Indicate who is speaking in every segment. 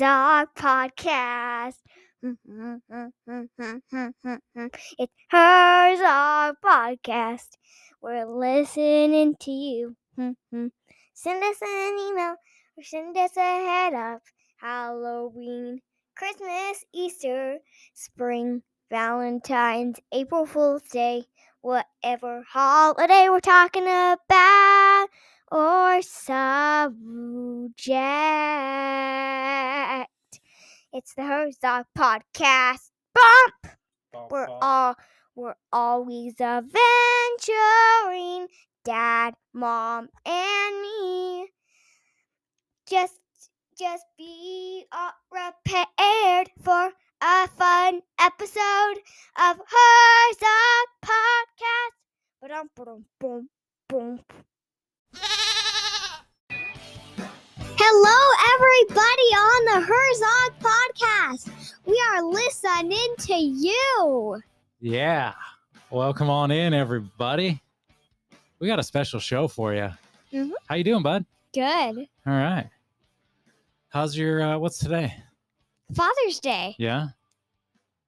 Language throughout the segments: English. Speaker 1: our podcast. It's hers, our podcast. We're listening to you. send us an email or send us a head up. Halloween, Christmas, Easter, spring, Valentine's, April Fool's Day, whatever holiday we're talking about or subject. It's the Herzog Podcast. Bump! We're all we're always adventuring, Dad, Mom, and me. Just just be all prepared for a fun episode of Herzog Podcast. Ba-dum, ba-dum, boom, boom. Hello, everybody on the Herzog podcast. We are listening to you.
Speaker 2: Yeah. Welcome on in, everybody. We got a special show for you.
Speaker 1: Mhm.
Speaker 2: How you doing, bud?
Speaker 1: Good.
Speaker 2: All right. How's your uh, what's today?
Speaker 1: Father's Day.
Speaker 2: Yeah.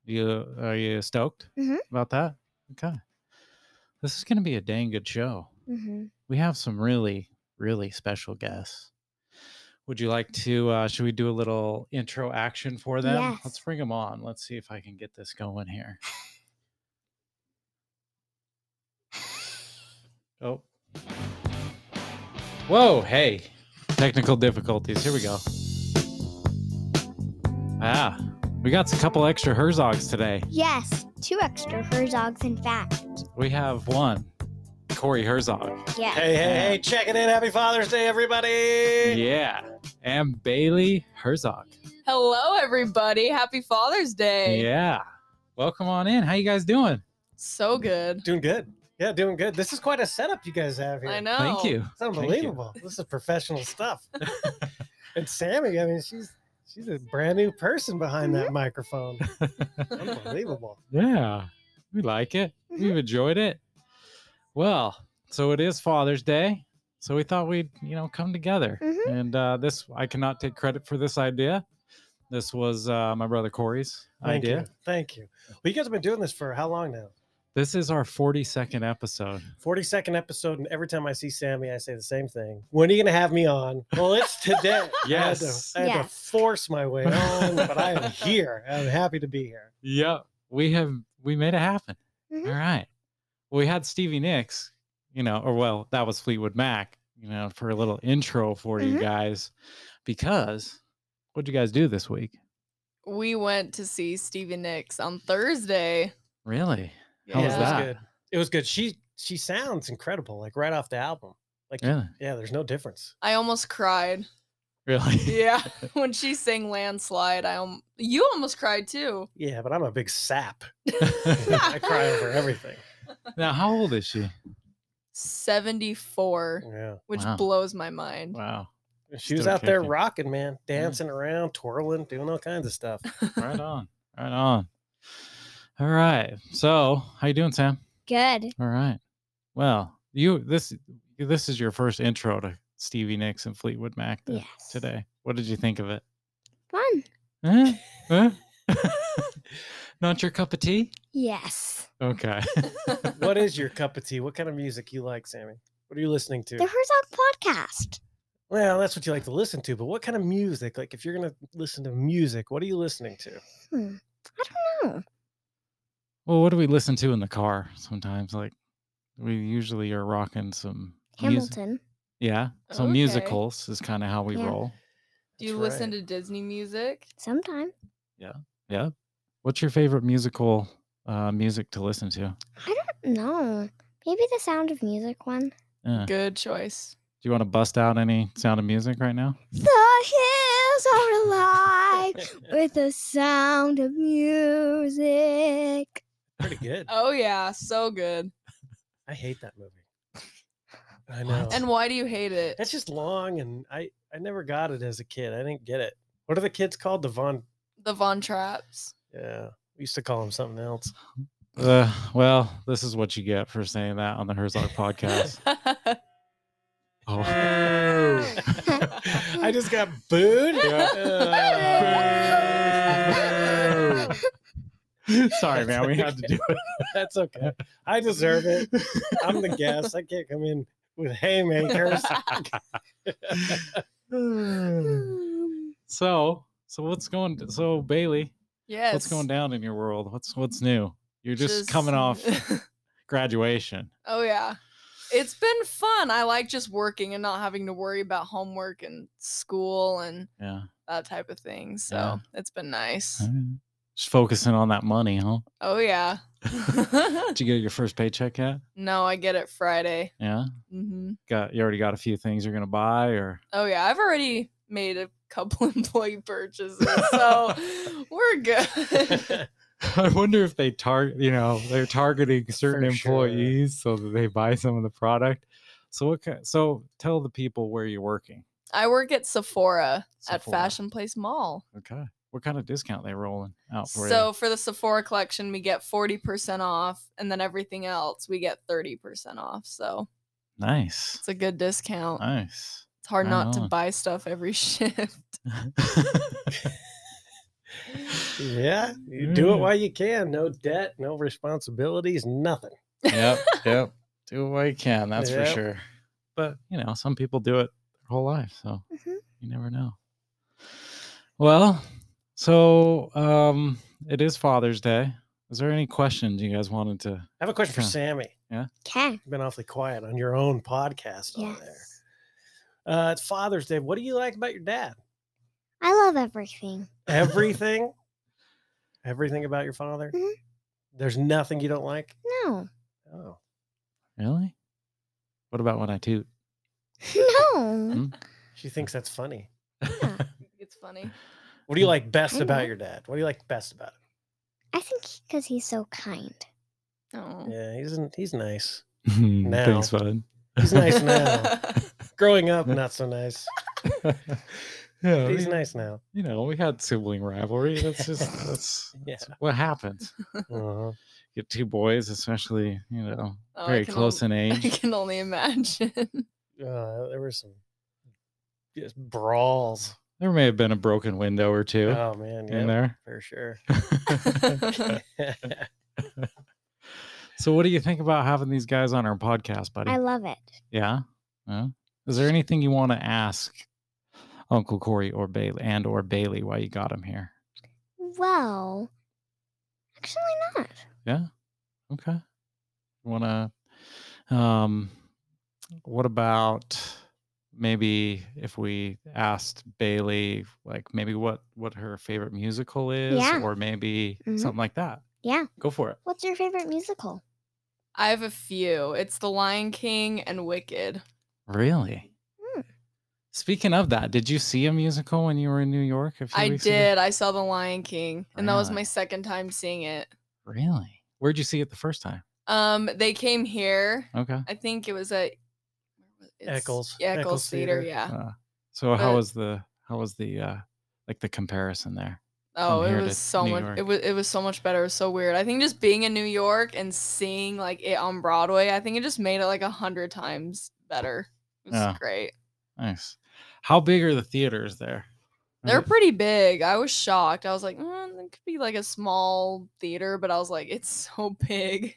Speaker 2: You are you stoked
Speaker 1: Mhm.
Speaker 2: about that? Okay. This is gonna be a dang good show.
Speaker 1: Mm-hmm.
Speaker 2: We have some really, really special guests. Would you like to? Uh, should we do a little intro action for them?
Speaker 1: Yes.
Speaker 2: Let's bring them on. Let's see if I can get this going here. Oh. Whoa, hey. Technical difficulties. Here we go. Ah, we got a couple extra Herzogs today.
Speaker 1: Yes, two extra Herzogs, in fact.
Speaker 2: We have one, Corey Herzog.
Speaker 1: Yeah.
Speaker 3: Hey, hey, hey, checking in. Happy Father's Day, everybody.
Speaker 2: Yeah. And Bailey Herzog.
Speaker 4: Hello, everybody. Happy Father's Day.
Speaker 2: Yeah. Welcome on in. How you guys doing?
Speaker 4: So good.
Speaker 3: Doing good. Yeah, doing good. This is quite a setup you guys have here.
Speaker 4: I know.
Speaker 2: Thank you.
Speaker 3: It's unbelievable. This is professional stuff. and Sammy, I mean, she's she's a brand new person behind
Speaker 4: Mm-hmm.
Speaker 3: that microphone. unbelievable.
Speaker 2: Yeah. We like it. We've enjoyed it. Well, so it is Father's Day. So we thought we'd, you know, come together.
Speaker 1: Mhm.
Speaker 2: And uh, this, I cannot take credit for this idea. This was uh, my brother Corey's
Speaker 3: Thank
Speaker 2: idea.
Speaker 3: you. Thank you. Well, you guys have been doing this for how long now?
Speaker 2: This is our 42nd episode.
Speaker 3: 42nd episode, and every time I see Sammy, I say the same thing. When are you going to have me on? Well, it's today.
Speaker 2: Yes.
Speaker 3: I had, to, I had to
Speaker 1: Yes.
Speaker 3: force my way on, but I am here. I'm happy to be here.
Speaker 2: Yep. We have, we made it happen.
Speaker 1: Mhm.
Speaker 2: All right. Well, we had Stevie Nicks, you know, or well, that was Fleetwood Mac, you know, for a little intro for you
Speaker 1: Mhm.
Speaker 2: guys because what'd you guys do this week?
Speaker 4: We went to see Stevie Nicks on Thursday.
Speaker 2: Really? How was
Speaker 3: it
Speaker 2: that?
Speaker 3: was good. It was good. She she sounds incredible, like right off the album. Like yeah,
Speaker 2: Really?
Speaker 3: there's no difference.
Speaker 4: I almost cried.
Speaker 2: Really?
Speaker 4: Yeah. when she sang Landslide, I um, you almost cried too.
Speaker 3: Yeah, but I'm a big sap. I cry over everything.
Speaker 2: now, how old is she?
Speaker 4: 74,
Speaker 3: Yeah.
Speaker 4: which
Speaker 2: Wow.
Speaker 4: blows my mind.
Speaker 2: Wow.
Speaker 3: She was
Speaker 2: Still
Speaker 3: out there
Speaker 2: kicking.
Speaker 3: rocking, man, dancing around, twirling, doing all kinds of stuff.
Speaker 2: Right on. Right on. All right. So, how you doing, Sam?
Speaker 1: Good.
Speaker 2: All right. Well, you this this is your first intro to Stevie Nicks and Fleetwood Mac th-
Speaker 1: Yes.
Speaker 2: today. What did you think of it?
Speaker 1: Fun.
Speaker 2: Huh? Huh? Not your cup of tea?
Speaker 1: Yes.
Speaker 2: Okay.
Speaker 3: what is your cup of tea? What kind of music you like, Sammy? What are you listening to?
Speaker 1: The Herzog Podcast.
Speaker 3: Well, that's what you like to listen to, but what kind of music? Like if you're gonna listen to music, what are you listening to?
Speaker 1: Hmm. I don't know.
Speaker 2: Well, what do we listen to in the car sometimes? Like, we usually are rocking some music.
Speaker 1: Hamilton.
Speaker 2: Yeah. So,
Speaker 4: Okay.
Speaker 2: musicals is kind of how we
Speaker 1: Yeah.
Speaker 2: roll.
Speaker 4: Do you
Speaker 3: That's
Speaker 4: listen
Speaker 3: right.
Speaker 4: to Disney music?
Speaker 1: Sometime.
Speaker 2: Yeah. What's your favorite musical uh, music to listen to?
Speaker 1: I don't know. Maybe the Sound of Music one.
Speaker 2: Yeah. Do
Speaker 4: Good choice.
Speaker 2: you want to bust out any sound of music right now?
Speaker 1: The hills are alive with the sound of music.
Speaker 3: Pretty good.
Speaker 4: Oh, yeah. So good.
Speaker 3: I hate that movie. I know.
Speaker 4: And why do you hate it?
Speaker 3: That's just long, and I I never got it as a kid. I didn't get it. What are the kids called? The Von?
Speaker 4: The Von Traps.
Speaker 3: Yeah, we used to call them something else.
Speaker 2: Uh, well, this is what you get for saying that on the Herzog podcast. Oh.
Speaker 3: I just got booed.
Speaker 2: Yeah.
Speaker 3: Uh,
Speaker 2: Sorry, man. We had to do it.
Speaker 3: That's okay. I deserve it. I'm the guest. I can't come in with haymakers.
Speaker 2: so, so what's going? So Bailey,
Speaker 4: yes.
Speaker 2: what's going down in your world? What's what's new? You're just, coming off
Speaker 4: Just-
Speaker 2: graduation.
Speaker 4: oh yeah. It's been fun. I like just working and not having to worry about homework and school and
Speaker 2: Yeah.
Speaker 4: that type of thing. So
Speaker 2: Yeah.
Speaker 4: it's been nice.
Speaker 2: Alright. Just focusing on that money, huh?
Speaker 4: Oh yeah.
Speaker 2: Did you get your first paycheck yet?
Speaker 4: no, I get it Friday.
Speaker 2: Yeah.
Speaker 4: hmm
Speaker 2: Got you already got a few things you're gonna buy or
Speaker 4: Oh yeah, I've already made a couple employee purchases, so we're good.
Speaker 2: I wonder if they target, you know, they're targeting certain
Speaker 3: For sure.
Speaker 2: employees so that they buy some of the product. So what? Kind, so tell the people where you're working.
Speaker 4: I work at Sephora, at
Speaker 2: Sephora.
Speaker 4: Fashion Place Mall.
Speaker 2: Okay. What kind of discount they rolling out for
Speaker 4: So for the Sephora collection, we get 40% off, and then everything else we get 30% off. So
Speaker 2: you? Nice,
Speaker 4: it's a good discount.
Speaker 2: nice.
Speaker 4: It's hard
Speaker 2: right
Speaker 4: not to
Speaker 2: on.
Speaker 4: buy stuff every shift.
Speaker 3: yeah, you do
Speaker 2: Yeah.
Speaker 3: it while you can. No debt, no responsibilities, nothing.
Speaker 2: yep, yep. Do what you can. That's for
Speaker 3: Yep.
Speaker 2: sure. But you know, some people do it their whole life, so
Speaker 4: Mm-hmm.
Speaker 1: Mhm.
Speaker 2: you never know. Well, so um, it is Father's Day. Is there any questions you guys wanted to?
Speaker 3: I have a question for
Speaker 2: Okay.
Speaker 3: Sammy.
Speaker 1: Okay.
Speaker 3: You've been awfully quiet on your own podcast on
Speaker 1: Yes.
Speaker 3: there. Uh, it's Father's Day. What do you like about your dad?
Speaker 1: I love everything.
Speaker 3: Everything? Everything about your father?
Speaker 2: Mm-hmm.
Speaker 1: Mhm.
Speaker 3: There's nothing you don't like?
Speaker 1: No.
Speaker 2: Mm.
Speaker 3: Oh.
Speaker 2: Really? What about when I toot?
Speaker 1: No.
Speaker 3: She thinks that's funny.
Speaker 4: It's funny.
Speaker 3: What
Speaker 2: Mm.
Speaker 3: do you like best
Speaker 1: I
Speaker 3: about
Speaker 2: Mm-hmm.
Speaker 1: know.
Speaker 3: your dad? What do you like best about him?
Speaker 1: I think because he's so kind.
Speaker 2: Mm.
Speaker 4: Oh.
Speaker 3: Yeah, he's n- he's nice.
Speaker 2: Hmm,
Speaker 3: Now.
Speaker 2: Thanks, bud.
Speaker 3: He's nice now. Growing up, not so nice.
Speaker 2: Oh, yeah,
Speaker 3: But
Speaker 2: we-
Speaker 3: He's nice now.
Speaker 2: you know, we had sibling rivalry. That's just that's,
Speaker 3: Yeah.
Speaker 2: that's what happens.
Speaker 3: Uh-huh.
Speaker 2: Get two boys, especially you know,
Speaker 4: Oh, I
Speaker 2: very
Speaker 4: can
Speaker 2: close in
Speaker 4: on- I
Speaker 2: age.
Speaker 4: can only imagine.
Speaker 3: Uh, there were some just brawls.
Speaker 2: There may have been a broken window or two
Speaker 3: Oh man,
Speaker 2: in
Speaker 3: yeah,
Speaker 2: there.
Speaker 3: for sure.
Speaker 2: so, what do you think about having these guys on our podcast, buddy?
Speaker 1: I love it.
Speaker 2: yeah? yeah. Is there anything you want to ask Uncle Corey or Bailey and or Bailey why you got him here?
Speaker 1: Well, actually not.
Speaker 2: Okay. Want to, um, what about maybe if we asked Bailey, like maybe what what her favorite musical is,
Speaker 1: Yeah.
Speaker 2: or maybe
Speaker 1: Mhm.
Speaker 2: something like that?
Speaker 1: Yeah.
Speaker 2: Go for it.
Speaker 1: What's your favorite musical?
Speaker 4: I have a few. It's The Lion King and Wicked.
Speaker 2: Really.
Speaker 1: Hmm.
Speaker 2: Speaking of that, did you see a musical when you were in New York? A few
Speaker 4: I
Speaker 2: weeks
Speaker 4: did.
Speaker 2: Ago?
Speaker 4: I saw The Lion King, and that was my
Speaker 2: Really?
Speaker 4: second time seeing it.
Speaker 2: Really? Where'd you see it the first time?
Speaker 4: Um, they came here.
Speaker 2: Okay.
Speaker 4: I think it was at it's-
Speaker 3: Eccles-
Speaker 4: Yeah, Eccles,
Speaker 3: Eccles
Speaker 4: Theater.
Speaker 3: Theater.
Speaker 4: Yeah.
Speaker 2: Uh, so how
Speaker 4: But-
Speaker 2: was the how was the uh like the comparison there?
Speaker 4: Oh,
Speaker 2: here
Speaker 4: it
Speaker 2: to
Speaker 4: was so
Speaker 2: New
Speaker 4: much. It
Speaker 2: York.
Speaker 4: was it was so much better. It was so weird. I think just being in New York and seeing like it on Broadway, I think it just made it like a hundred times better. It was
Speaker 2: Yeah.
Speaker 4: great.
Speaker 2: Nice. How big are the theaters there?
Speaker 4: They're
Speaker 2: Are they-
Speaker 4: pretty big. I was shocked. I was like, mm, it could be like a small theater, but I was like, it's so big.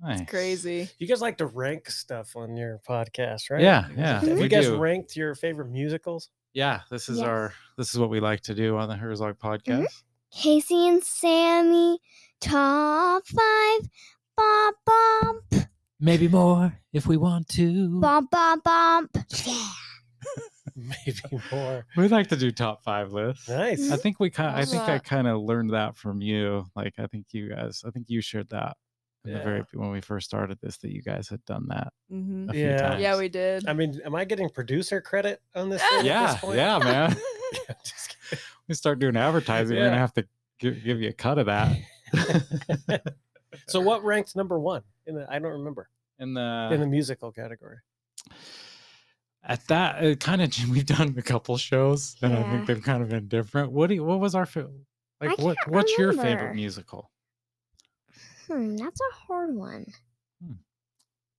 Speaker 2: nice.
Speaker 4: It's crazy.
Speaker 3: You guys like to rank stuff on your podcast, right?
Speaker 2: Yeah, yeah.
Speaker 3: Have
Speaker 2: we
Speaker 3: you guys
Speaker 2: do.
Speaker 3: ranked your favorite musicals?
Speaker 2: yeah, this is
Speaker 1: Yes.
Speaker 2: our this is what we like to do on the Herzog
Speaker 4: Mm-hmm.
Speaker 2: podcast.
Speaker 1: Casey and Sammy, top five. Bump, bump,
Speaker 2: Maybe more if we want to.
Speaker 1: bump, bump, bump. Yeah.
Speaker 3: Maybe more.
Speaker 2: We like to do top five lists.
Speaker 3: Nice.
Speaker 2: I think we kind. I
Speaker 4: Love
Speaker 2: think I
Speaker 4: that.
Speaker 2: kind of learned that from you. Like I think you guys. I think you shared that in the
Speaker 3: Yeah.
Speaker 2: very when we first started this that you guys had done that
Speaker 4: hmm
Speaker 2: a few
Speaker 3: Yeah.
Speaker 2: times.
Speaker 4: Yeah, we did.
Speaker 3: I mean, am I getting producer credit on this? thing at this
Speaker 2: Yeah,
Speaker 3: point?
Speaker 2: yeah, man.
Speaker 4: Oh,
Speaker 3: Just
Speaker 2: we start doing advertising. We're
Speaker 3: Yeah.
Speaker 2: gonna have to give, give you a cut of that.
Speaker 3: kidding. so, what ranked number one? In the, I don't remember
Speaker 2: And the
Speaker 3: in the musical category.
Speaker 2: at that it kind of we've done a couple shows and i
Speaker 1: Yeah.
Speaker 2: think they've kind of been different what do you, what was our fa- like what
Speaker 1: can't
Speaker 2: what's your favorite
Speaker 1: remember.
Speaker 2: musical
Speaker 1: Hmm, that's a hard one.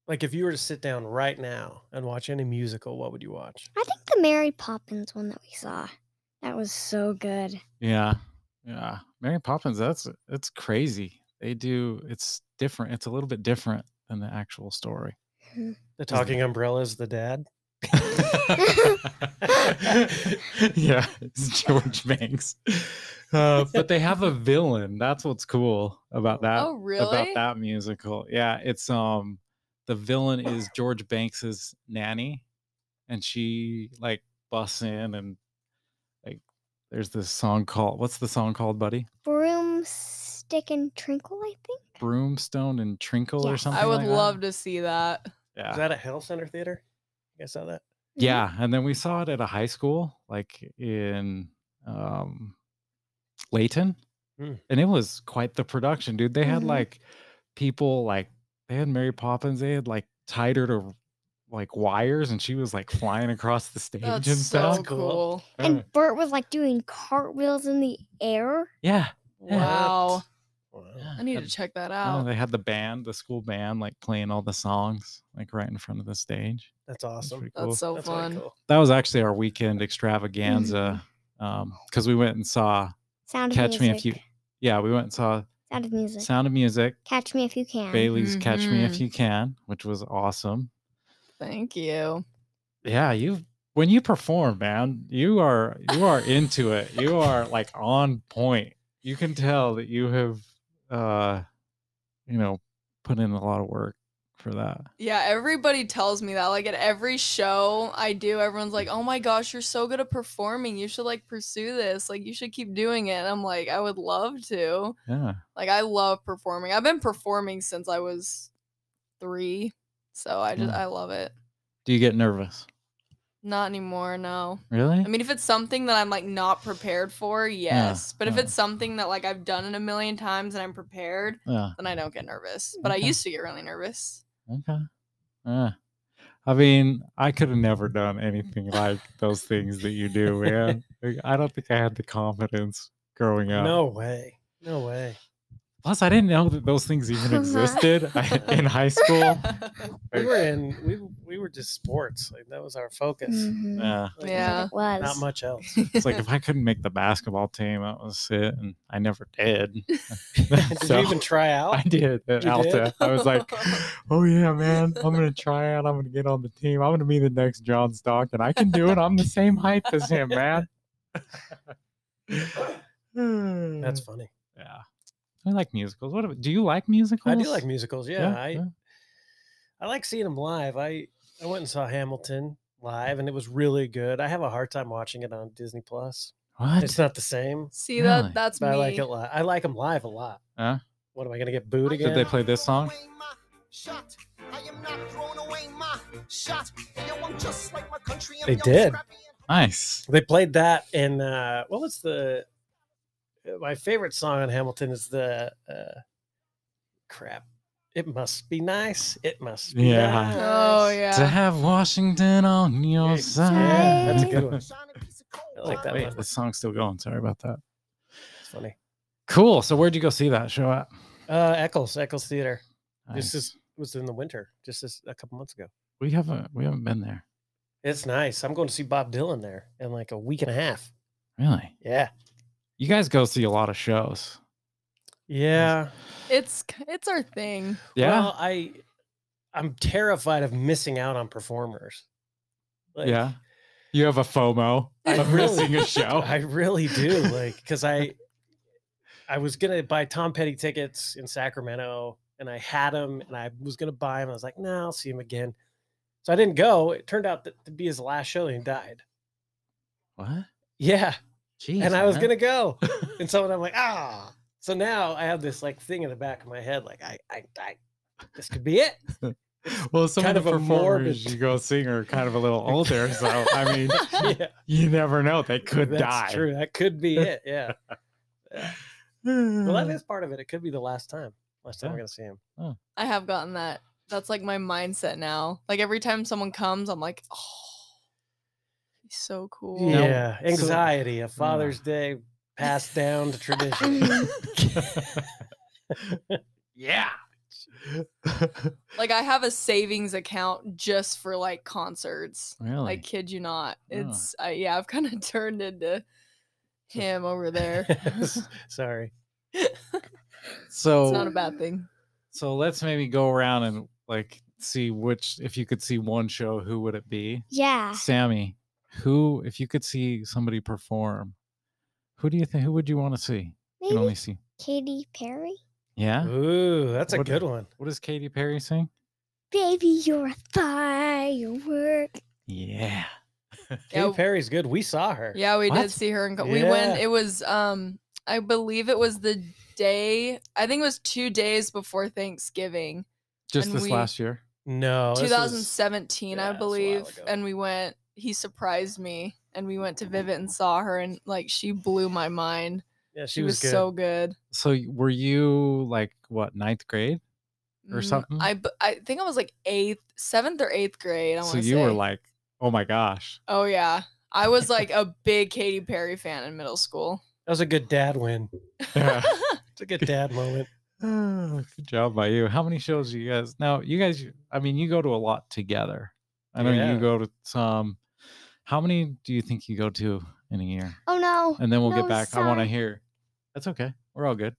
Speaker 3: Like, if you were to sit down right now and watch any musical, what would you watch?
Speaker 1: I think the Mary Poppins one that we saw. That was so good.
Speaker 2: yeah yeah Mary Poppins, that's it's crazy. They do it's different. It's a little bit different than the actual story.
Speaker 3: The talking umbrella is the dad.
Speaker 2: yeah, it's George Banks. Uh, but they have a villain. That's what's cool about that.
Speaker 4: oh really?
Speaker 2: About that musical. Yeah, it's um the villain is George Banks's nanny, and she like busts in and like there's this song called what's the song called, buddy?
Speaker 1: Broomstick and Trinkle, I think.
Speaker 2: Broomstone and Trinkle or
Speaker 1: Yes. I
Speaker 2: something.
Speaker 4: I would
Speaker 2: like that?
Speaker 4: love to see that. Mm-hmm.
Speaker 2: Yeah.
Speaker 3: Is that a Hill Center Theater? You guys saw that?
Speaker 1: Mm-hmm.
Speaker 2: Yeah, and then we saw it at a high school, like in um Layton.
Speaker 3: Mm.
Speaker 2: And it was quite the production, dude. They had
Speaker 4: Mm-hmm.
Speaker 1: Mhm.
Speaker 2: like people like they had Mary Poppins, they had like tied her to like wires and she was like flying across the stage
Speaker 4: That's
Speaker 2: and
Speaker 4: so
Speaker 2: stuff.
Speaker 3: sounds cool.
Speaker 4: cool.
Speaker 2: Uh,
Speaker 1: And Bert was like doing cartwheels in the air.
Speaker 2: Yeah. Yeah. Oh,
Speaker 4: Wow.
Speaker 3: Wow.
Speaker 2: yeah,
Speaker 4: I need
Speaker 2: and-
Speaker 4: to check that
Speaker 2: I don't know,
Speaker 4: out.
Speaker 2: they had the band, the school band, like playing all the songs like right in front of the stage.
Speaker 3: That's
Speaker 2: It was
Speaker 3: awesome.
Speaker 2: pretty cool.
Speaker 4: That's so
Speaker 3: That's really
Speaker 4: fun.
Speaker 3: cool.
Speaker 2: that was actually our weekend extravaganza because we went and saw
Speaker 1: Sound of
Speaker 2: Catch
Speaker 1: Mm-hmm. music.
Speaker 2: Me If You. Yeah, we went and saw
Speaker 1: Sound of music. Mm-hmm.
Speaker 2: Sound of Music,
Speaker 1: Catch me if you can.
Speaker 2: Bailey's Catch Me If
Speaker 4: Mhm.
Speaker 2: You Can, which was awesome.
Speaker 4: Thank you.
Speaker 2: Yeah, you when you perform, man, you are you are into it. You are like on point. You can tell that you have uh you know put in a lot of work for that.
Speaker 4: Yeah, everybody tells me that. Like at every show I do, everyone's like, "Oh my gosh, you're so good at performing. You should like pursue this. Like you should keep doing it." And I'm like, "I would love to.
Speaker 2: Yeah.
Speaker 4: Like I love performing. I've been performing since I was 3. So I just
Speaker 2: Yeah.
Speaker 4: I love it.
Speaker 2: Do you get nervous?
Speaker 4: Not anymore, no.
Speaker 2: Really?
Speaker 4: I mean, if it's something that I'm like not prepared for, yes. but if
Speaker 2: yeah.
Speaker 4: it's something that like I've done it a million times and I'm prepared,
Speaker 2: yeah.
Speaker 4: then I don't get nervous. But
Speaker 2: Okay.
Speaker 4: I used to get really nervous.
Speaker 2: Okay. Yeah. I mean, I could have never done anything like those things that you do, man. Like, I don't think I had the confidence growing up.
Speaker 3: No way. No way.
Speaker 2: Plus, I didn't know that those things even
Speaker 1: Uh-huh.
Speaker 2: existed I- in high school.
Speaker 3: We
Speaker 2: Like,
Speaker 3: were in we we were just sports. Like that was our focus.
Speaker 1: Mhm.
Speaker 2: yeah.
Speaker 3: Like,
Speaker 4: Yeah.
Speaker 1: It was.
Speaker 3: Not much else.
Speaker 2: It's like if I couldn't make the basketball team, that was it. And I never did.
Speaker 3: Did
Speaker 2: So,
Speaker 3: you even try out?
Speaker 2: I did at
Speaker 3: You
Speaker 2: Alta.
Speaker 3: did?
Speaker 2: I was like, oh yeah, man, I'm going to try out. I'm going to get on the team. I'm going to be the next John Stockton. I can do it. I'm the same height as him, man.
Speaker 3: That's
Speaker 2: That's
Speaker 3: funny.
Speaker 2: yeah. I like musicals. What ab- do you like musicals?
Speaker 3: I do like musicals. Yeah, I
Speaker 2: yeah.
Speaker 3: I like seeing them live. I I went and saw Hamilton live, and it was really good. I have a hard time watching it on Disney Plus.
Speaker 2: What?
Speaker 3: It's not the same,
Speaker 4: See that?
Speaker 2: Really?
Speaker 4: That's
Speaker 3: but
Speaker 4: me.
Speaker 3: I like it live. I like them live a lot.
Speaker 2: Huh?
Speaker 3: What am I gonna get booed
Speaker 2: Did
Speaker 3: again?
Speaker 2: they play this song?
Speaker 3: They did.
Speaker 2: Nice.
Speaker 3: They played that in uh, what was the uh, my favorite song on Hamilton is the uh, crap. It must be nice. It must be
Speaker 2: Yeah.
Speaker 3: nice.
Speaker 4: Oh
Speaker 2: To
Speaker 4: yeah.
Speaker 2: have Washington on your
Speaker 3: Yeah,
Speaker 2: side.
Speaker 3: that's a good one. I like that
Speaker 2: Wait,
Speaker 3: one.
Speaker 2: the song's still going. Sorry about that.
Speaker 3: It's funny.
Speaker 2: Cool. So where'd you go see that show at?
Speaker 3: Uh, Eccles, Eccles Theater. This
Speaker 2: Nice.
Speaker 3: is was in the winter, just this, a couple months ago.
Speaker 2: we haven't we haven't been there.
Speaker 3: It's nice. I'm going to see Bob Dylan there in like a week and a half.
Speaker 2: Really?
Speaker 3: Yeah.
Speaker 2: You guys go see a lot of shows.
Speaker 3: Yeah.
Speaker 4: It's k- it's our thing.
Speaker 2: Yeah.
Speaker 3: Well, I I'm terrified of missing out on performers. Like,
Speaker 2: yeah. You have a FOMO
Speaker 3: I
Speaker 2: of
Speaker 3: really-
Speaker 2: missing a show.
Speaker 3: I really do. Like, because I I was gonna buy Tom Petty tickets in Sacramento, and I had them, and I was gonna buy them. I was like, no, I'll see him again. So I didn't go. It turned out that to be his last show, and he died.
Speaker 2: what?
Speaker 3: Yeah,
Speaker 2: Jeez.
Speaker 3: and I was
Speaker 2: man.
Speaker 3: gonna go, and so I'm like, ah. So now I have this like thing in the back of my head, like I, I, I this could be it.
Speaker 2: Well, some
Speaker 3: kind
Speaker 2: of the
Speaker 3: of a morbid-
Speaker 2: performers you go sing are kind of a little older, so I mean,
Speaker 3: Yeah,
Speaker 2: you never know; they could
Speaker 3: that's
Speaker 2: die.
Speaker 3: True, that could be it. Yeah. Yeah. Well, that is part of it. It could be the last time. Last time
Speaker 2: Yeah.
Speaker 3: we're gonna see him.
Speaker 4: I have gotten that. That's like my mindset now. Like every time someone comes, I'm like, oh, he's so cool.
Speaker 2: Now-
Speaker 3: Yeah,
Speaker 2: so-
Speaker 3: anxiety, a Father's Day passed down to tradition.
Speaker 2: yeah.
Speaker 4: Like I have a savings account just for like concerts.
Speaker 2: really?
Speaker 4: I kid you not.
Speaker 2: Yeah.
Speaker 4: It's I yeah, I've kind of turned into him over there.
Speaker 3: S- Sorry.
Speaker 2: So
Speaker 4: It's not a bad thing.
Speaker 2: so let's maybe go around and like see which if you could see one show, who would it be?
Speaker 4: Ah.
Speaker 1: Yeah.
Speaker 2: Sammy, who if you could see somebody perform, who do you think who would you want to see? You can only
Speaker 1: Maybe
Speaker 2: see.
Speaker 1: Katy Perry?
Speaker 2: Yeah.
Speaker 3: Ooh, that's a
Speaker 2: What-
Speaker 3: good one.
Speaker 2: What does Katy Perry sing?
Speaker 1: Baby, you're a firework.
Speaker 2: Yeah.
Speaker 4: Yeah,
Speaker 3: Katy Perry's good. We saw her.
Speaker 4: Yeah, we
Speaker 2: What?
Speaker 4: did see her. In, co- We went.
Speaker 3: Yeah.
Speaker 4: It was um, I believe it was the day. I think it was two days before Thanksgiving,
Speaker 2: Just
Speaker 4: And
Speaker 2: this
Speaker 4: we-
Speaker 2: last year.
Speaker 3: No. Oh, this was-
Speaker 4: 2017,
Speaker 3: yeah,
Speaker 4: I
Speaker 3: it's a while
Speaker 4: believe.
Speaker 3: ago.
Speaker 4: And we went. He surprised me, and we went to
Speaker 3: Mm-hmm.
Speaker 4: Vivint and saw her, and like she blew my mind.
Speaker 3: Yeah,
Speaker 4: She, was, so good.
Speaker 2: So y- were you like what ninth grade? Or
Speaker 4: Mm,
Speaker 2: something?
Speaker 4: I b- I think I was like eighth, seventh or eighth grade. I
Speaker 2: So
Speaker 4: wanna
Speaker 2: you were
Speaker 4: say.
Speaker 2: like, oh my gosh.
Speaker 4: oh yeah. I was like a big Katy Perry fan in middle school.
Speaker 3: That was a good dad win.
Speaker 2: Yeah.
Speaker 3: It's a good dad moment.
Speaker 2: Oh, good job by you. How many shows do you guys now? You guys, I mean, you go to a lot together. I know
Speaker 3: Yeah.
Speaker 2: you go to some. How many do you think you go to in a year?
Speaker 1: Oh no.
Speaker 2: And then we'll
Speaker 1: No,
Speaker 2: get back. I want to
Speaker 1: sorry.
Speaker 2: hear. That's okay. We're all good.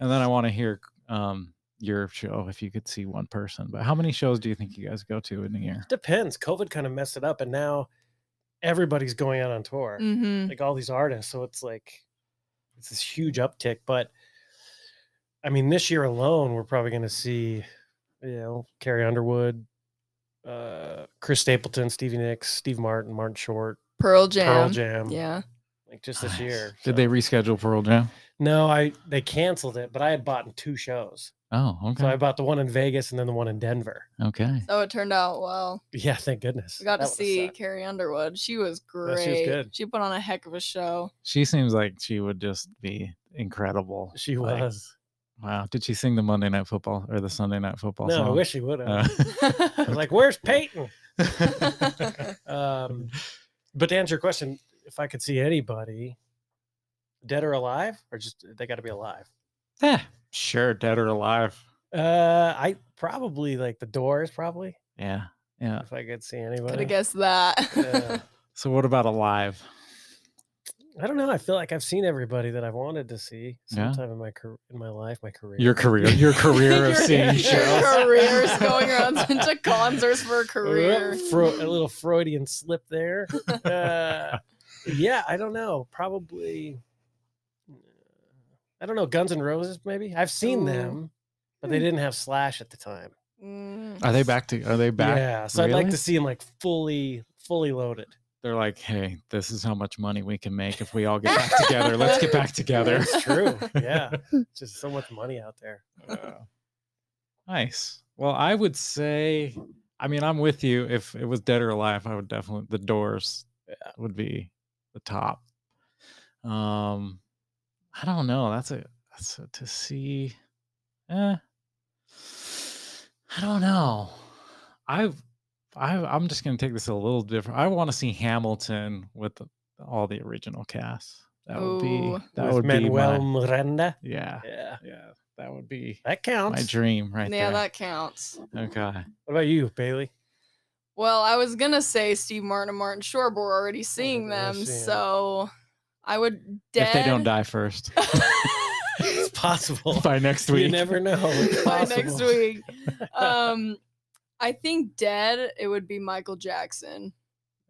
Speaker 2: And then I want to hear um, your show if you could see one person. But how many shows do you think you guys go to in a year?
Speaker 3: Depends. COVID kind of messed it up, and now everybody's going out on tour.
Speaker 4: Mm-hmm.
Speaker 3: Like all these artists, so it's like it's this huge uptick. But I mean, this year alone, we're probably going to see, you know, Carrie Underwood, uh, Chris Stapleton, Stevie Nicks, Steve Martin, Martin Short,
Speaker 4: Pearl Jam.
Speaker 3: Pearl Jam.
Speaker 4: Yeah.
Speaker 3: like just this
Speaker 2: Nice.
Speaker 3: year.
Speaker 2: Did they
Speaker 3: so-
Speaker 2: reschedule Pearl Jam?
Speaker 3: No, I they canceled it, but I had bought in two shows.
Speaker 2: Oh, okay.
Speaker 3: So I bought the one in Vegas and then the one in Denver.
Speaker 2: okay.
Speaker 4: So it turned out well.
Speaker 3: Yeah, thank goodness.
Speaker 4: We got
Speaker 3: That
Speaker 4: to
Speaker 3: would've
Speaker 4: see
Speaker 3: sucked.
Speaker 4: Carrie Underwood. She was
Speaker 3: was
Speaker 4: great.
Speaker 3: good.
Speaker 4: She put on a heck of a show.
Speaker 2: She seems like she would just be incredible.
Speaker 3: She
Speaker 2: Like,
Speaker 3: was.
Speaker 2: Wow. Did she sing the Monday Night Football or the Sunday Night Football
Speaker 3: no,
Speaker 2: song?
Speaker 3: I wish she would have.
Speaker 2: Uh,
Speaker 3: I was like, "Where's Peyton?"
Speaker 4: I
Speaker 3: Um, but to answer your question, if I could see anybody, dead or alive, or just they got to be alive.
Speaker 2: yeah, sure, dead or alive.
Speaker 3: Uh, I probably like the Doors, probably
Speaker 2: Yeah. Yeah.
Speaker 3: if I could see anybody.
Speaker 4: Could have guessed that.
Speaker 3: Yeah.
Speaker 2: So what about alive?
Speaker 3: I don't know. I feel like I've seen everybody that I've wanted to see
Speaker 2: Yeah.
Speaker 3: sometime in my career, in my life, my career.
Speaker 2: Your career, your career of
Speaker 4: Your-
Speaker 2: seeing
Speaker 4: Your
Speaker 2: shows.
Speaker 4: career's going around to concerts for a
Speaker 3: Well,
Speaker 4: career.
Speaker 3: Fro- a little Freudian slip there. Uh, yeah, I don't know. Probably, uh, I don't know. Guns N' Roses, maybe. I've seen
Speaker 4: Ooh.
Speaker 3: them, but
Speaker 4: Hmm.
Speaker 3: they didn't have Slash at the time.
Speaker 4: Mm.
Speaker 2: Are they back to? Are they back?
Speaker 3: yeah, so I'd like
Speaker 2: really?
Speaker 3: to see them like fully, fully loaded.
Speaker 2: They're like, hey, this is how much money we can make if we all get back together. Let's get back together.
Speaker 3: That's true. Yeah, It's just so much money out there.
Speaker 2: Uh, nice. Well, I would say, I mean, I'm with you. If it was dead or alive, I would definitely the Doors eh, would be the top. Um, I don't know. That's a that's a, to see. Eh, I don't know. I've I I'm just gonna take this a little different. I want to see Hamilton with the, all the original cast. That would be
Speaker 4: Ooh.
Speaker 2: that
Speaker 3: With
Speaker 2: would be
Speaker 3: Manuel
Speaker 2: my,
Speaker 3: Miranda.
Speaker 2: yeah
Speaker 3: Yeah,
Speaker 2: yeah that would be
Speaker 3: that
Speaker 2: my
Speaker 3: counts.
Speaker 2: dream right
Speaker 4: yeah,
Speaker 2: there. Oh,
Speaker 4: that counts.
Speaker 2: okay.
Speaker 3: What about you, Bailey?
Speaker 4: Well, I was gonna say Steve Martin and Martin Short, but we're already seeing
Speaker 3: they're all
Speaker 4: them,
Speaker 3: seeing it.
Speaker 4: so I would dead.
Speaker 2: If they don't die first
Speaker 3: It's possible.
Speaker 2: by next week.
Speaker 3: Oh, You never know. It's
Speaker 4: by next
Speaker 3: possible.
Speaker 4: week. Um, I think dead. It would be Michael Jackson.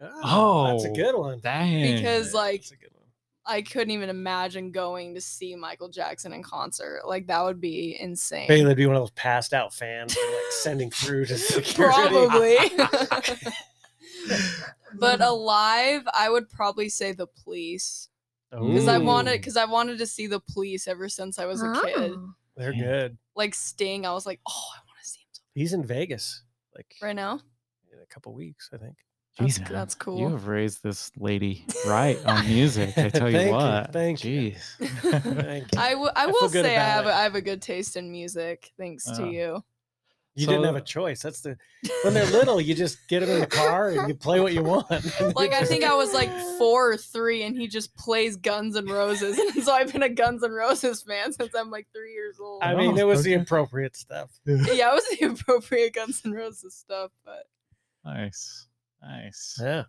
Speaker 3: that's a
Speaker 2: Oh,
Speaker 3: good one.
Speaker 2: Dang.
Speaker 4: Because,
Speaker 3: Yeah,
Speaker 4: like,
Speaker 3: that's a good one.
Speaker 4: I couldn't even imagine going to see Michael Jackson in concert. Like that would be insane.
Speaker 3: Bailey'd be one of those passed out fans that are, like sending through to security.
Speaker 4: Probably. but alive, I would probably say the police
Speaker 3: Oh.
Speaker 4: because I wanted
Speaker 3: Ooh,
Speaker 4: because I wanted to see the police ever since I was a kid.
Speaker 1: Oh.
Speaker 3: they're
Speaker 2: Yeah.
Speaker 3: good.
Speaker 4: Like Sting, I was like, oh, I want to see him
Speaker 3: He's in Vegas, like
Speaker 4: right now.
Speaker 3: in a couple weeks, I think.
Speaker 4: That's-
Speaker 2: Jesus,
Speaker 4: that's
Speaker 2: You
Speaker 4: cool.
Speaker 2: have raised this lady right on music. I tell you
Speaker 3: Thank you,
Speaker 2: what.
Speaker 3: thank you.
Speaker 2: Jeez.
Speaker 3: Thank you.
Speaker 4: I, w- I
Speaker 3: I
Speaker 4: will
Speaker 3: forgot
Speaker 4: say I
Speaker 3: about
Speaker 4: have
Speaker 3: it.
Speaker 4: a, I have a good taste in music thanks
Speaker 2: Uh,
Speaker 4: to you.
Speaker 3: you didn't have
Speaker 2: So-
Speaker 3: a choice. That's the when they're little, you just get them in the car and you play what you want.
Speaker 4: Like I think I was like four or three, and he just plays Guns N' Roses, and so I've been a Guns N' Roses fan since I'm like three years old.
Speaker 3: I mean,
Speaker 2: No,
Speaker 3: it was the
Speaker 2: okay.
Speaker 3: appropriate stuff.
Speaker 4: yeah, it was the appropriate Guns N' Roses stuff, but
Speaker 2: nice. Nice.
Speaker 3: Yeah.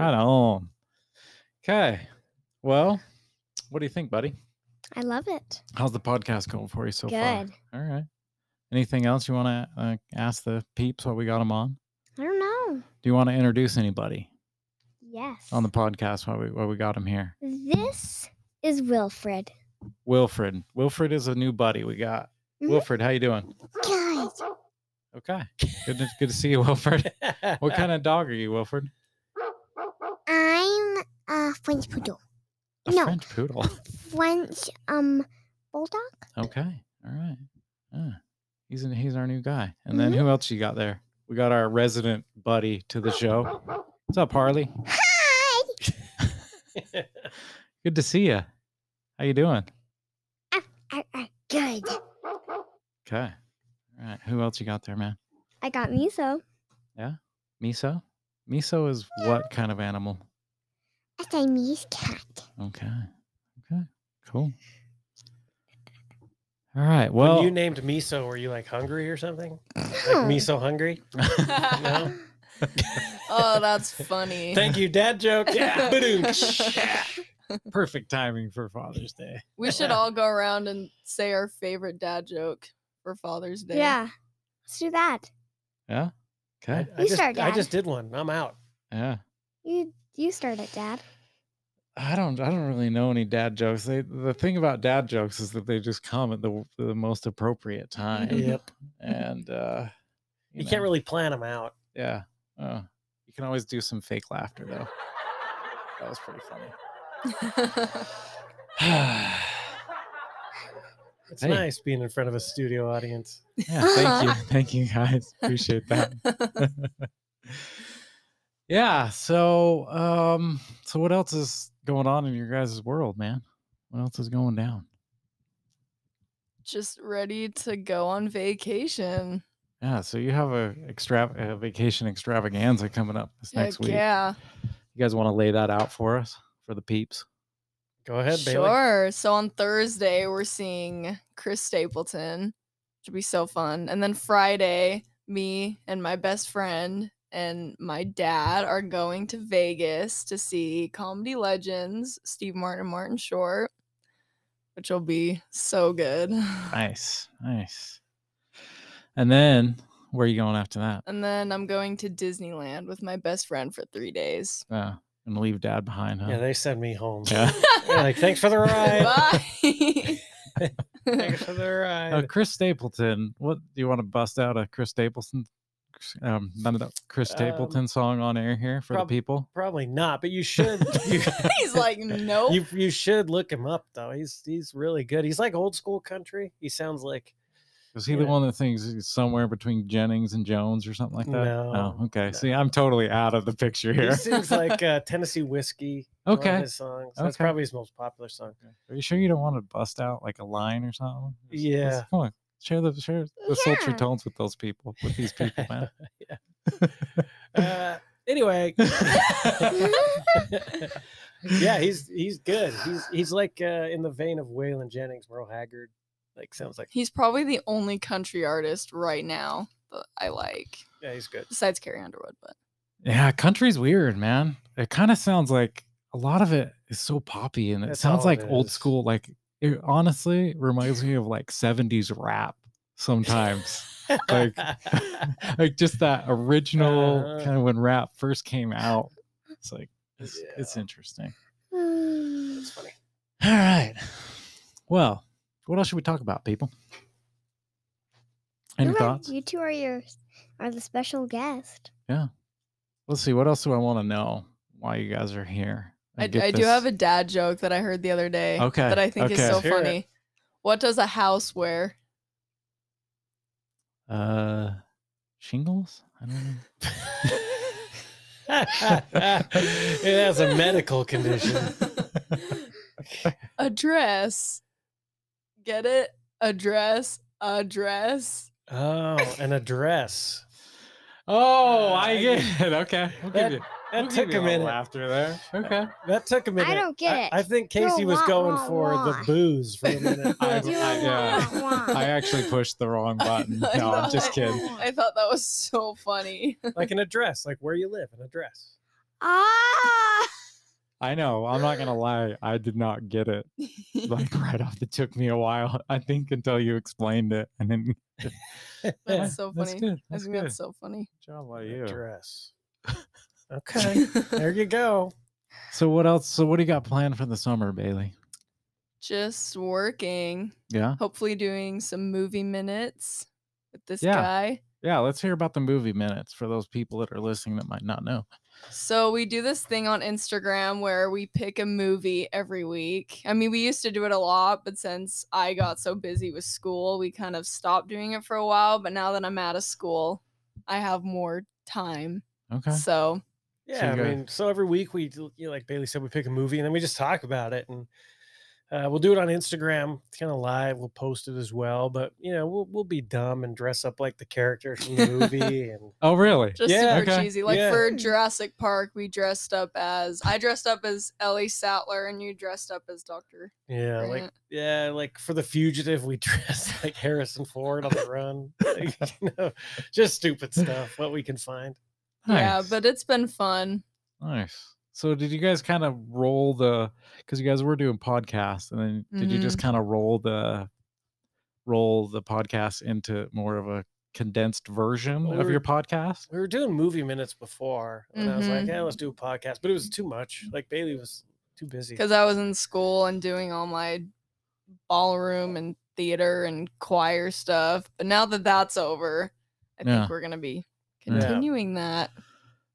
Speaker 2: Right on. Okay. Well, What do you think, buddy?
Speaker 1: I love it.
Speaker 2: How's the podcast going for you so far?
Speaker 1: Good.
Speaker 2: All right. Anything else you want to uh, ask the peeps while we got them on?
Speaker 1: I don't know.
Speaker 2: Do you want to introduce anybody
Speaker 1: Yes.
Speaker 2: on the podcast while we while we got them here?
Speaker 1: this is Wilfred.
Speaker 2: Wilfred. Wilfred is a new buddy we got.
Speaker 1: Mhm.
Speaker 2: Wilfred, how you doing?
Speaker 1: Guys,
Speaker 2: Okay. Good to, good to see you, Wilfred. What kind of dog are you, Wilfred?
Speaker 1: I'm a French poodle.
Speaker 2: A
Speaker 1: No.
Speaker 2: French poodle.
Speaker 1: French um bulldog.
Speaker 2: Okay. All right. Yeah. He's in, he's our new guy. And then who else you got there? We got our resident buddy to the show. What's up, Harley?
Speaker 1: Hi.
Speaker 2: Good to see you. How you doing?
Speaker 1: I, I, good.
Speaker 2: Okay. All right. Who else you got there, man?
Speaker 1: I got miso.
Speaker 2: Miso? Miso is what kind of animal?
Speaker 1: A Siamese cat.
Speaker 2: Okay. Okay. Cool. All right.
Speaker 3: When
Speaker 2: Well,
Speaker 3: you named miso, were you like hungry or something? Like
Speaker 4: Hmm.
Speaker 1: No.
Speaker 3: miso hungry? No.
Speaker 4: oh, that's funny.
Speaker 3: Thank you, dad joke. Yeah. ba-doom.
Speaker 2: perfect timing for Father's Day.
Speaker 4: we should all go around and say our favorite dad joke for Father's Day.
Speaker 1: Yeah. Let's do that.
Speaker 2: Yeah.
Speaker 3: I,
Speaker 2: Okay.
Speaker 3: I
Speaker 1: You
Speaker 3: just,
Speaker 1: start,
Speaker 3: I
Speaker 1: Dad.
Speaker 3: just did one. I'm out.
Speaker 2: Yeah.
Speaker 1: You you start it, Dad.
Speaker 2: I don't. I don't really know any dad jokes. They, the thing about dad jokes is that they just come at the the most appropriate time.
Speaker 3: Yep.
Speaker 2: And uh,
Speaker 3: You can't
Speaker 2: know,
Speaker 3: really plan them out.
Speaker 2: Yeah. Uh, you can always do some fake laughter though. That was pretty funny. yeah.
Speaker 3: It's
Speaker 2: Hey.
Speaker 3: nice being in front of a studio audience.
Speaker 2: Thank you. Thank you guys. Appreciate that. yeah. So um. So what else is going on in your guys' world, man? What else is going down?
Speaker 4: Just ready to go on vacation.
Speaker 2: Yeah, so you have a extra a vacation extravaganza coming up this next
Speaker 4: Heck
Speaker 2: week.
Speaker 4: yeah.
Speaker 2: You guys want to lay that out for us for the peeps?
Speaker 3: Go ahead, Bailey.
Speaker 4: Sure. So on Thursday, we're seeing Chris Stapleton. Should be so fun. And then Friday, me and my best friend and my dad are going to Vegas to see comedy legends Steve Martin and Martin Short, which will be so good.
Speaker 2: Nice, nice. And then where are you going after that?
Speaker 4: And then I'm going to Disneyland with my best friend for three days.
Speaker 2: Uh, and leave dad behind, huh?
Speaker 3: Yeah, they send me home.
Speaker 2: Yeah.
Speaker 3: They're like, thanks for the ride.
Speaker 4: Bye.
Speaker 3: thanks for the ride.
Speaker 2: Uh, Chris Stapleton. What do you want to bust out a Chris Stapleton? Um, none of that Chris
Speaker 3: Um,
Speaker 2: Stapleton song on air here for
Speaker 3: prob-
Speaker 2: the people.
Speaker 3: Probably not, but you should. You,
Speaker 4: He's like, nope.
Speaker 3: you you should look him up though. He's he's really good. He's like old school country. He sounds like
Speaker 2: Is he
Speaker 3: Yeah.
Speaker 2: the one that thinks he's somewhere between Jennings and Jones or something like that?
Speaker 3: No,
Speaker 2: Oh, okay. See, I'm totally out of the picture here.
Speaker 3: he sings like uh, Tennessee whiskey. one of
Speaker 2: Okay.
Speaker 3: his songs. That's
Speaker 2: Okay.
Speaker 3: probably his most popular song.
Speaker 2: Are you sure you don't want to bust out like a line or something? Just- just-
Speaker 3: Yeah.
Speaker 2: come on, share the share the sultry
Speaker 1: Yeah.
Speaker 2: tones with those people, with these people, man.
Speaker 3: Uh, anyway, yeah, he's he's good. He's he's like uh, in the vein of Waylon Jennings, Merle Haggard. Like sounds like
Speaker 4: He's probably the only country artist right now that I like,
Speaker 3: yeah, he's good.
Speaker 4: besides Carrie Underwood. But
Speaker 2: yeah, country's weird, man. It kind of sounds like a lot of it is so poppy, and it
Speaker 3: That's
Speaker 2: sounds
Speaker 3: all it
Speaker 2: like old
Speaker 3: is.
Speaker 2: school. Like it honestly reminds me of like '70s rap sometimes. Like- like just that original
Speaker 3: Uh-huh.
Speaker 2: kind of when rap first came out. It's like it's, it's interesting.
Speaker 1: Hmm.
Speaker 2: All right. Well, what else should we talk about, people? Any
Speaker 1: You're right,
Speaker 2: thoughts?
Speaker 1: You two are your are the special guest.
Speaker 2: Let's see. What else do I want to know while you guys are here?
Speaker 4: I,
Speaker 2: get
Speaker 4: I do have a
Speaker 2: this-
Speaker 4: dad joke that I heard the other day
Speaker 2: Okay,
Speaker 4: that I think is
Speaker 2: okay.
Speaker 4: so
Speaker 3: Let's hear it.
Speaker 4: funny. What does a house wear?
Speaker 2: uh shingles. I don't know.
Speaker 3: it has a medical condition.
Speaker 4: a dress. Get it? A dress. A dress.
Speaker 3: Oh, an address.
Speaker 2: Oh,
Speaker 3: Uh, I
Speaker 2: I get it. Okay, we'll give
Speaker 3: That-
Speaker 2: you.
Speaker 3: That
Speaker 2: we'll give
Speaker 3: took
Speaker 2: you
Speaker 3: a minute.
Speaker 2: Laughter there. Okay.
Speaker 3: That took a minute.
Speaker 1: don't get it.
Speaker 3: I think
Speaker 1: You're a
Speaker 3: Casey was
Speaker 1: wah,
Speaker 3: going
Speaker 1: wah,
Speaker 3: for
Speaker 1: wah.
Speaker 3: the booze for a minute.
Speaker 2: I-
Speaker 1: You
Speaker 2: I- yeah.
Speaker 1: wah, wah.
Speaker 2: I actually pushed the wrong button.
Speaker 4: I
Speaker 2: No, I'm just
Speaker 4: know.
Speaker 2: kidding.
Speaker 4: I thought that was so funny.
Speaker 3: like an address, like where you live, an address.
Speaker 1: Ah!
Speaker 2: I know. I'm not gonna lie. I did not get it. Like right off, it took me a while. I think until you explained it, and then Yeah,
Speaker 4: That's so
Speaker 2: that's
Speaker 4: funny.
Speaker 2: good.
Speaker 4: I
Speaker 2: That's
Speaker 4: think
Speaker 2: good.
Speaker 4: that's so funny.
Speaker 2: Good job by
Speaker 3: The
Speaker 2: you.
Speaker 3: Dress. Okay. there you go.
Speaker 2: So what else? So what do you got planned for the summer, Bailey?
Speaker 4: Just working.
Speaker 2: Yeah.
Speaker 4: Hopefully doing some movie minutes with this
Speaker 2: Yeah.
Speaker 4: guy.
Speaker 2: Yeah. Let's hear about the movie minutes for those people that are listening that might not know.
Speaker 4: So we do this thing on Instagram where we pick a movie every week. I mean, we used to do it a lot, but since I got so busy with school, we kind of stopped doing it for a while. But now that I'm out of school, I have more time.
Speaker 2: Okay.
Speaker 4: So
Speaker 2: So
Speaker 3: Yeah,
Speaker 2: you
Speaker 3: I
Speaker 2: got-
Speaker 3: mean, so every week we, do- you know, like Bailey said, we pick a movie and then we just talk about it, and uh, we'll do it on Instagram. It's kind of live. We'll post it as well, but you know, we'll we'll be dumb and dress up like the characters from the movie, and
Speaker 2: Oh, really?
Speaker 4: just
Speaker 3: Yeah,
Speaker 4: super
Speaker 2: okay,
Speaker 4: cheesy. Like
Speaker 3: yeah.
Speaker 4: for Jurassic Park, we dressed up as I dressed up as Ellie Sattler, and you dressed up as Doctor.
Speaker 3: yeah, like yeah, like for the fugitive, we dress like Harrison Ford on the run. Like, you know, just stupid stuff. What we can find.
Speaker 4: Yeah,
Speaker 2: Nice.
Speaker 4: but it's been fun.
Speaker 2: Nice. So did you guys kind of roll the because you guys were doing podcasts and then did you
Speaker 4: Mm-hmm.
Speaker 2: just kind of roll the roll the podcast into more of a condensed version
Speaker 3: Well, we
Speaker 2: of
Speaker 3: were-
Speaker 2: your podcast?
Speaker 3: we were doing movie minutes before, and I was like,
Speaker 4: Mhm.
Speaker 3: "Yeah, let's do a podcast," but it was too much. Like Bailey was too busy.
Speaker 4: because I was in school and doing all my ballroom and theater and choir stuff. But now that that's over, I
Speaker 2: Yeah.
Speaker 4: think we're gonna be
Speaker 2: Yeah.
Speaker 4: continuing that.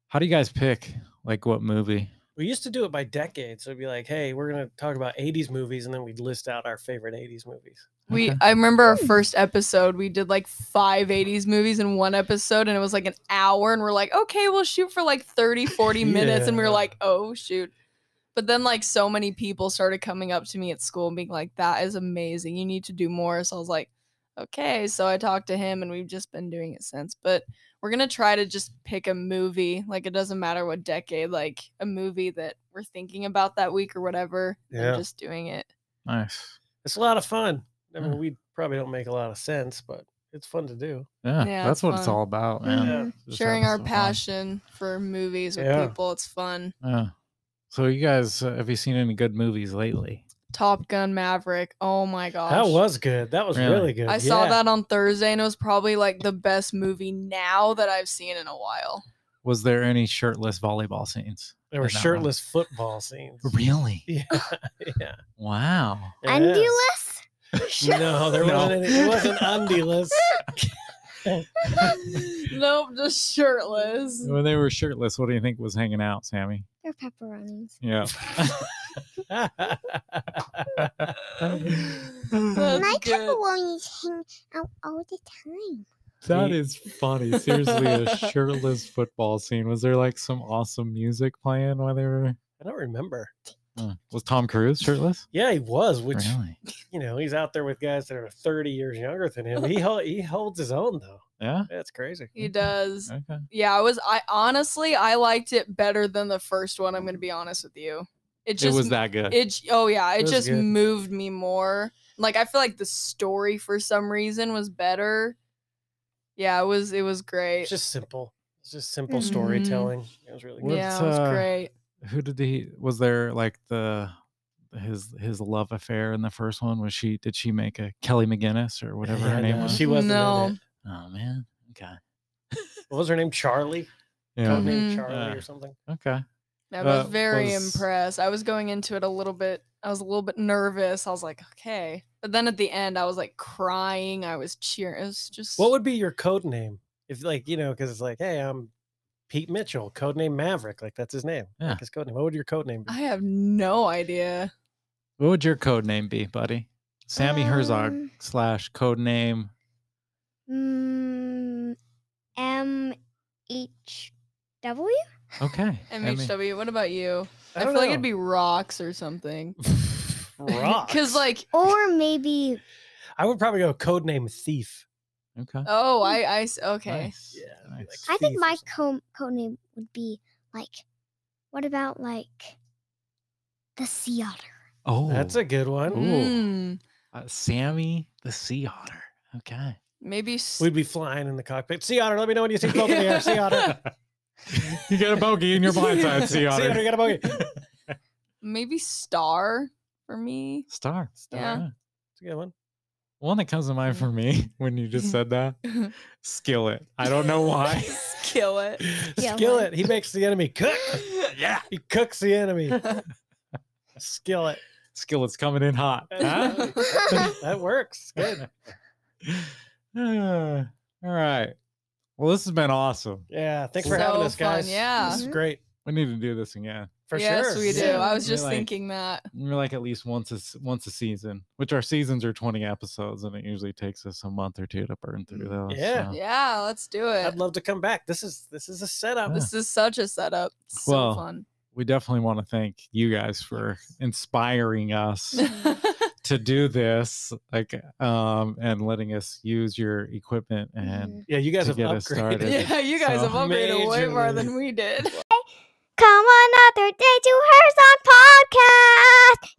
Speaker 2: How do you guys pick like what movie?
Speaker 3: We used to do it by decade, so it'd be like, "Hey, we're gonna talk about '80s movies," and then we'd list out our favorite '80s movies.
Speaker 4: We
Speaker 2: Okay.
Speaker 4: I remember our first episode we did like five 80s movies in one episode and it was like an hour and we're like okay we'll shoot for like 30 40 minutes and we were
Speaker 3: Yeah.
Speaker 4: like oh shoot but then like so many people started coming up to me at school and being like that is amazing you need to do more so I was like okay so I talked to him and we've just been doing it since but we're going to try to just pick a movie like it doesn't matter what decade like a movie that we're thinking about that week or whatever
Speaker 3: Yeah.
Speaker 4: and just doing it
Speaker 2: Nice.
Speaker 3: It's a lot of fun. I mean,
Speaker 2: Yeah.
Speaker 3: we probably don't make a lot of sense, but it's fun to do.
Speaker 2: Yeah,
Speaker 4: Yeah,
Speaker 2: that's
Speaker 4: it's
Speaker 2: what it's
Speaker 4: fun.
Speaker 2: all about, man.
Speaker 3: Yeah.
Speaker 4: Mhm.
Speaker 2: Just
Speaker 4: sharing
Speaker 2: having
Speaker 4: our
Speaker 2: some fun.
Speaker 4: passion for movies with
Speaker 3: Yeah.
Speaker 4: people. It's fun.
Speaker 2: Yeah. So you guys uh, have you seen any good movies lately?
Speaker 4: Top Gun Maverick. Oh my gosh.
Speaker 3: That was good. That was
Speaker 2: Really?
Speaker 3: really, good.
Speaker 4: I saw
Speaker 3: Yeah.
Speaker 4: that on Thursday and it was probably like the best movie now that I've seen in a while.
Speaker 2: Was there any shirtless volleyball scenes?
Speaker 3: There were
Speaker 2: in that one.
Speaker 3: shirtless football scenes.
Speaker 2: Really?
Speaker 3: Yeah, yeah.
Speaker 2: Wow.
Speaker 3: yes.
Speaker 1: Undulus?
Speaker 3: No, there
Speaker 2: No.
Speaker 3: wasn't. Any, it wasn't undulous.
Speaker 4: nope, just shirtless.
Speaker 2: When they were shirtless, what do you think was hanging out, Sammy?
Speaker 1: They're pepperonis.
Speaker 2: Yeah.
Speaker 4: That's
Speaker 1: My
Speaker 4: good.
Speaker 1: pepperonis hang out all the time.
Speaker 2: That
Speaker 3: Ye-
Speaker 2: is funny. Seriously, a shirtless football scene. Was there like some awesome music playing while they were?
Speaker 3: I don't remember.
Speaker 2: Uh, was Tom Cruise shirtless?
Speaker 3: Yeah, he was, which
Speaker 2: really?
Speaker 3: you know, he's out there with guys that are 30 years younger than him. He hol- he holds his own though.
Speaker 2: Yeah.
Speaker 3: That's crazy.
Speaker 4: He does.
Speaker 2: Okay.
Speaker 4: Yeah, I was I honestly I liked it better than the first one, I'm gonna be honest with you. It
Speaker 2: it
Speaker 4: just
Speaker 2: was that good.
Speaker 4: it j- oh yeah
Speaker 3: It
Speaker 4: it
Speaker 3: was
Speaker 4: just
Speaker 3: good.
Speaker 4: moved me more like i feel like the story for some reason was better yeah it was it was great
Speaker 3: It's just simple. It's just simple
Speaker 1: Mhm.
Speaker 3: storytelling. It was really good.
Speaker 4: yeah
Speaker 2: What's,
Speaker 4: it was
Speaker 2: uh,
Speaker 4: great
Speaker 2: Who did he? Was there like the his his love affair in the first one? Was she? Did she make a Kelly McGinnis or whatever
Speaker 3: Yeah,
Speaker 2: her name
Speaker 3: no,
Speaker 2: was?
Speaker 3: She wasn't
Speaker 4: No.
Speaker 3: in it.
Speaker 2: oh man. Okay.
Speaker 3: What was her name? Charlie.
Speaker 2: Yeah.
Speaker 3: Code name
Speaker 4: Mhm.
Speaker 3: Charlie
Speaker 2: Yeah.
Speaker 3: or something.
Speaker 2: Okay.
Speaker 4: i was
Speaker 2: uh,
Speaker 4: very
Speaker 2: was-
Speaker 4: impressed i was going into it a little bit i was a little bit nervous i was like okay but then at the end i was like crying i was cheering it was just
Speaker 3: What would be your code name if like you know because it's like hey I'm Pete Mitchell, code name Maverick, like that's his name.
Speaker 2: Yeah.
Speaker 3: Like his code name. What would your code name be?
Speaker 4: i have no idea
Speaker 2: What would your code name be, buddy? Sammy Herzog
Speaker 1: Um,
Speaker 2: slash code name.
Speaker 1: Mm, M H W?
Speaker 2: Okay. Emmy.
Speaker 4: mhw what about you i,
Speaker 3: don't
Speaker 4: feel like it'd
Speaker 3: know.
Speaker 4: be rocks or something
Speaker 3: Rock.
Speaker 4: because like
Speaker 1: Or maybe
Speaker 3: I would probably go code name Thief.
Speaker 2: Okay.
Speaker 4: oh i i s- okay
Speaker 2: Nice,
Speaker 3: Yeah, it'd be
Speaker 2: nice.
Speaker 3: like-
Speaker 1: I
Speaker 3: Thief
Speaker 1: think
Speaker 3: or
Speaker 1: my
Speaker 3: something.
Speaker 1: co- code name would be like, what about like the sea otter?
Speaker 2: Oh,
Speaker 3: That's a good one.
Speaker 2: Ooh.
Speaker 4: Mm,
Speaker 2: uh, Sammy the Sea Otter. Okay.
Speaker 4: maybe s-
Speaker 3: We'd be flying in the cockpit. Sea otter, let me know when you see smoke in the air. Sea otter.
Speaker 2: you got a bogey in your blind side, Sea
Speaker 3: Sea
Speaker 2: Otter.
Speaker 3: otter, you got a bogey.
Speaker 4: Maybe Star for me.
Speaker 2: Star. Star.
Speaker 4: Yeah.
Speaker 3: It's a good one.
Speaker 2: One that comes to mind for me when you just said that, skillet. I don't know why.
Speaker 4: Kill it.
Speaker 1: Yeah, one.
Speaker 3: Skillet. He makes the enemy cook.
Speaker 2: yeah.
Speaker 3: He cooks the enemy. Skillet.
Speaker 2: Skillet's coming in hot. huh?
Speaker 3: That's That works. Good.
Speaker 2: Ah, All right. Well, this has been awesome.
Speaker 3: Yeah. Thanks for having
Speaker 4: So
Speaker 3: us,
Speaker 4: fun,
Speaker 3: guys.
Speaker 4: yeah.
Speaker 3: This is great.
Speaker 2: We need to do this again.
Speaker 3: For
Speaker 4: yes,
Speaker 3: sure.
Speaker 4: we do.
Speaker 2: Yeah.
Speaker 4: I was
Speaker 2: You're
Speaker 4: just
Speaker 2: like-
Speaker 4: thinking that.
Speaker 2: We're like at least once a s- once a season, which our seasons are twenty episodes, and it usually takes us a month or two to burn through those.
Speaker 3: Yeah.
Speaker 2: so-
Speaker 4: Yeah, let's do it.
Speaker 3: I'd love to come back. This is this is a
Speaker 2: Ah.
Speaker 3: setup.
Speaker 4: This is such a setup. It's So
Speaker 2: Well,
Speaker 4: fun.
Speaker 2: We definitely want to thank you guys for inspiring us to do this, like, um, and letting us use your equipment and
Speaker 1: Mhm.
Speaker 3: Yeah, you guys
Speaker 2: to
Speaker 3: have
Speaker 2: get us
Speaker 3: upgraded.
Speaker 2: started.
Speaker 4: yeah, you guys
Speaker 2: So-
Speaker 4: have upgraded way more
Speaker 3: Majorly.
Speaker 4: than we did.
Speaker 1: Come another day to Herzog Podcast.